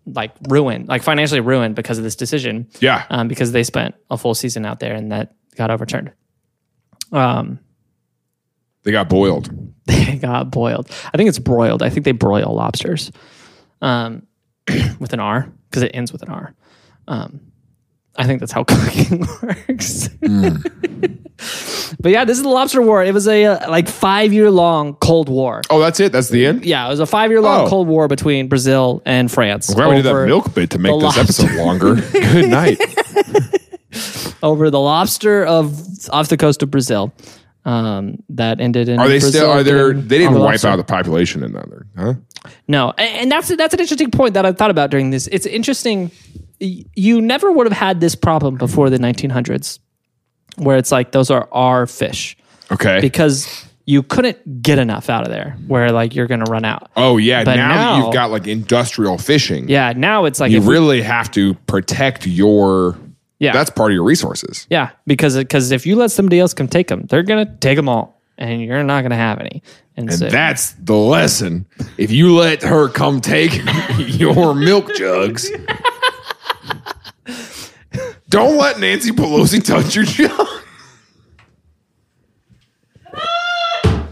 A: like ruined, like financially ruined because of this decision.
B: Yeah.
A: um, because they spent a full season out there, and that got overturned. Um,
B: They got boiled.
A: they got boiled. I think it's broiled. I think they broil lobsters um, with an R because it ends with an R. Um, I think that's how cooking works.
B: Hmm.
A: but yeah, this is the lobster war. It was a uh, like five year long Cold War.
B: Oh, that's it. That's the end.
A: Yeah, it was a five year long
B: Oh.
A: Cold War between Brazil and France.
B: Glad we did that
A: over-
B: milk bit to make
A: the
B: this
A: lobster.
B: episode longer. Good night.
A: over the lobster of off the coast of Brazil. Um, that ended in
B: Are they
A: Brazil
B: still? Are they?
A: getting
B: They didn't
A: our
B: wipe
A: lobster.
B: out the population in there, huh?
A: No, and, and that's that's an interesting point that I thought about during this. It's interesting y- you never would have had this problem before the 1900s, where it's like those are our fish
B: Okay.
A: because you couldn't get enough out of there where like you're going to run out.
B: oh yeah.
A: But
B: Now,
A: now-
B: you've got like industrial fishing.
A: Yeah, now it's like
B: You
A: if we-
B: really have to protect your.
A: Yeah.
B: That's part of your resources.
A: yeah, because because if you let somebody else come take them, they're going to take them all and you're not going to have any. And, so
B: That's the lesson. If you let her come take your milk jugs, don't let Nancy Pelosi touch your jug.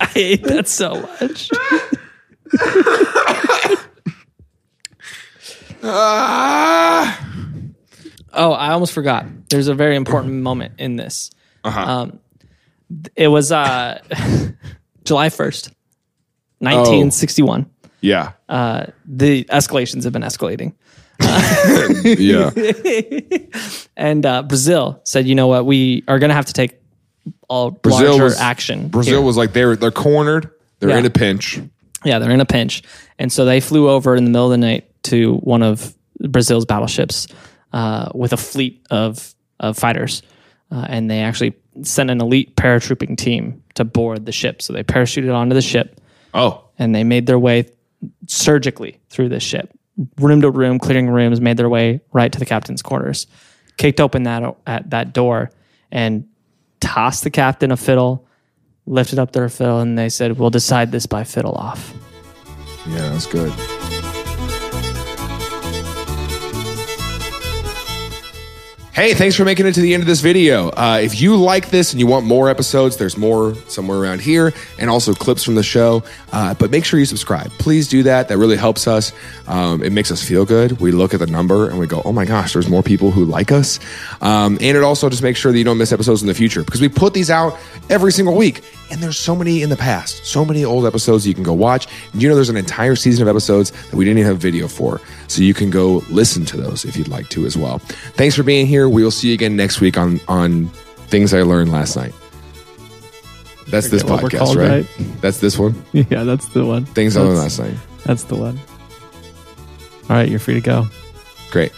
A: I hate that so much.
B: Ah.
A: Oh, I almost forgot. There's a very important moment in this.
B: Uh-huh.
A: Um, th- it was uh, July 1st, 1961.
B: yeah.
A: Uh, The escalations have been escalating.
B: yeah.
A: And uh, Brazil said, you know what? We are going to have to take all
B: Brazil
A: larger
B: was-
A: action.
B: Brazil
A: here."
B: was like they're they're cornered. They're
A: Yeah.
B: in a pinch.
A: Yeah, they're in a pinch. And so they flew over in the middle of the night to one of Brazil's battleships uh, with a fleet of, of fighters. Uh, and they actually sent an elite paratrooping team to board the ship. So they parachuted onto the ship
B: Oh,
A: and they made their way surgically through this ship, room to room, clearing rooms, made their way right to the captain's quarters, kicked open that at that door, and tossed the captain a fiddle, lifted up their fiddle, and they said, "We'll decide this by fiddle off."
B: yeah, that's good. Hey, thanks for making it to the end of this video. Uh, if you like this and you want more episodes, there's more somewhere around here and also clips from the show. Uh, but make sure you subscribe. Please do that. That really helps us. Um, it makes us feel good. We look at the number and we go, oh my gosh, there's more people who like us. Um, and it also just makes sure that you don't miss episodes in the future because we put these out every single week. And there's so many in the past, so many old episodes you can go watch. And you know, there's an entire season of episodes that we didn't even have video for. So you can go listen to those if you'd like to as well. Thanks for being here. We will see you again next week on, on Things I Learned Last Night. That's this
A: Forget what we're
B: podcast,
A: called,
B: right? That's this one.
A: Yeah, that's the one.
B: Things I Learned Last Night.
A: That's the one. All right, you're free to go.
B: Great.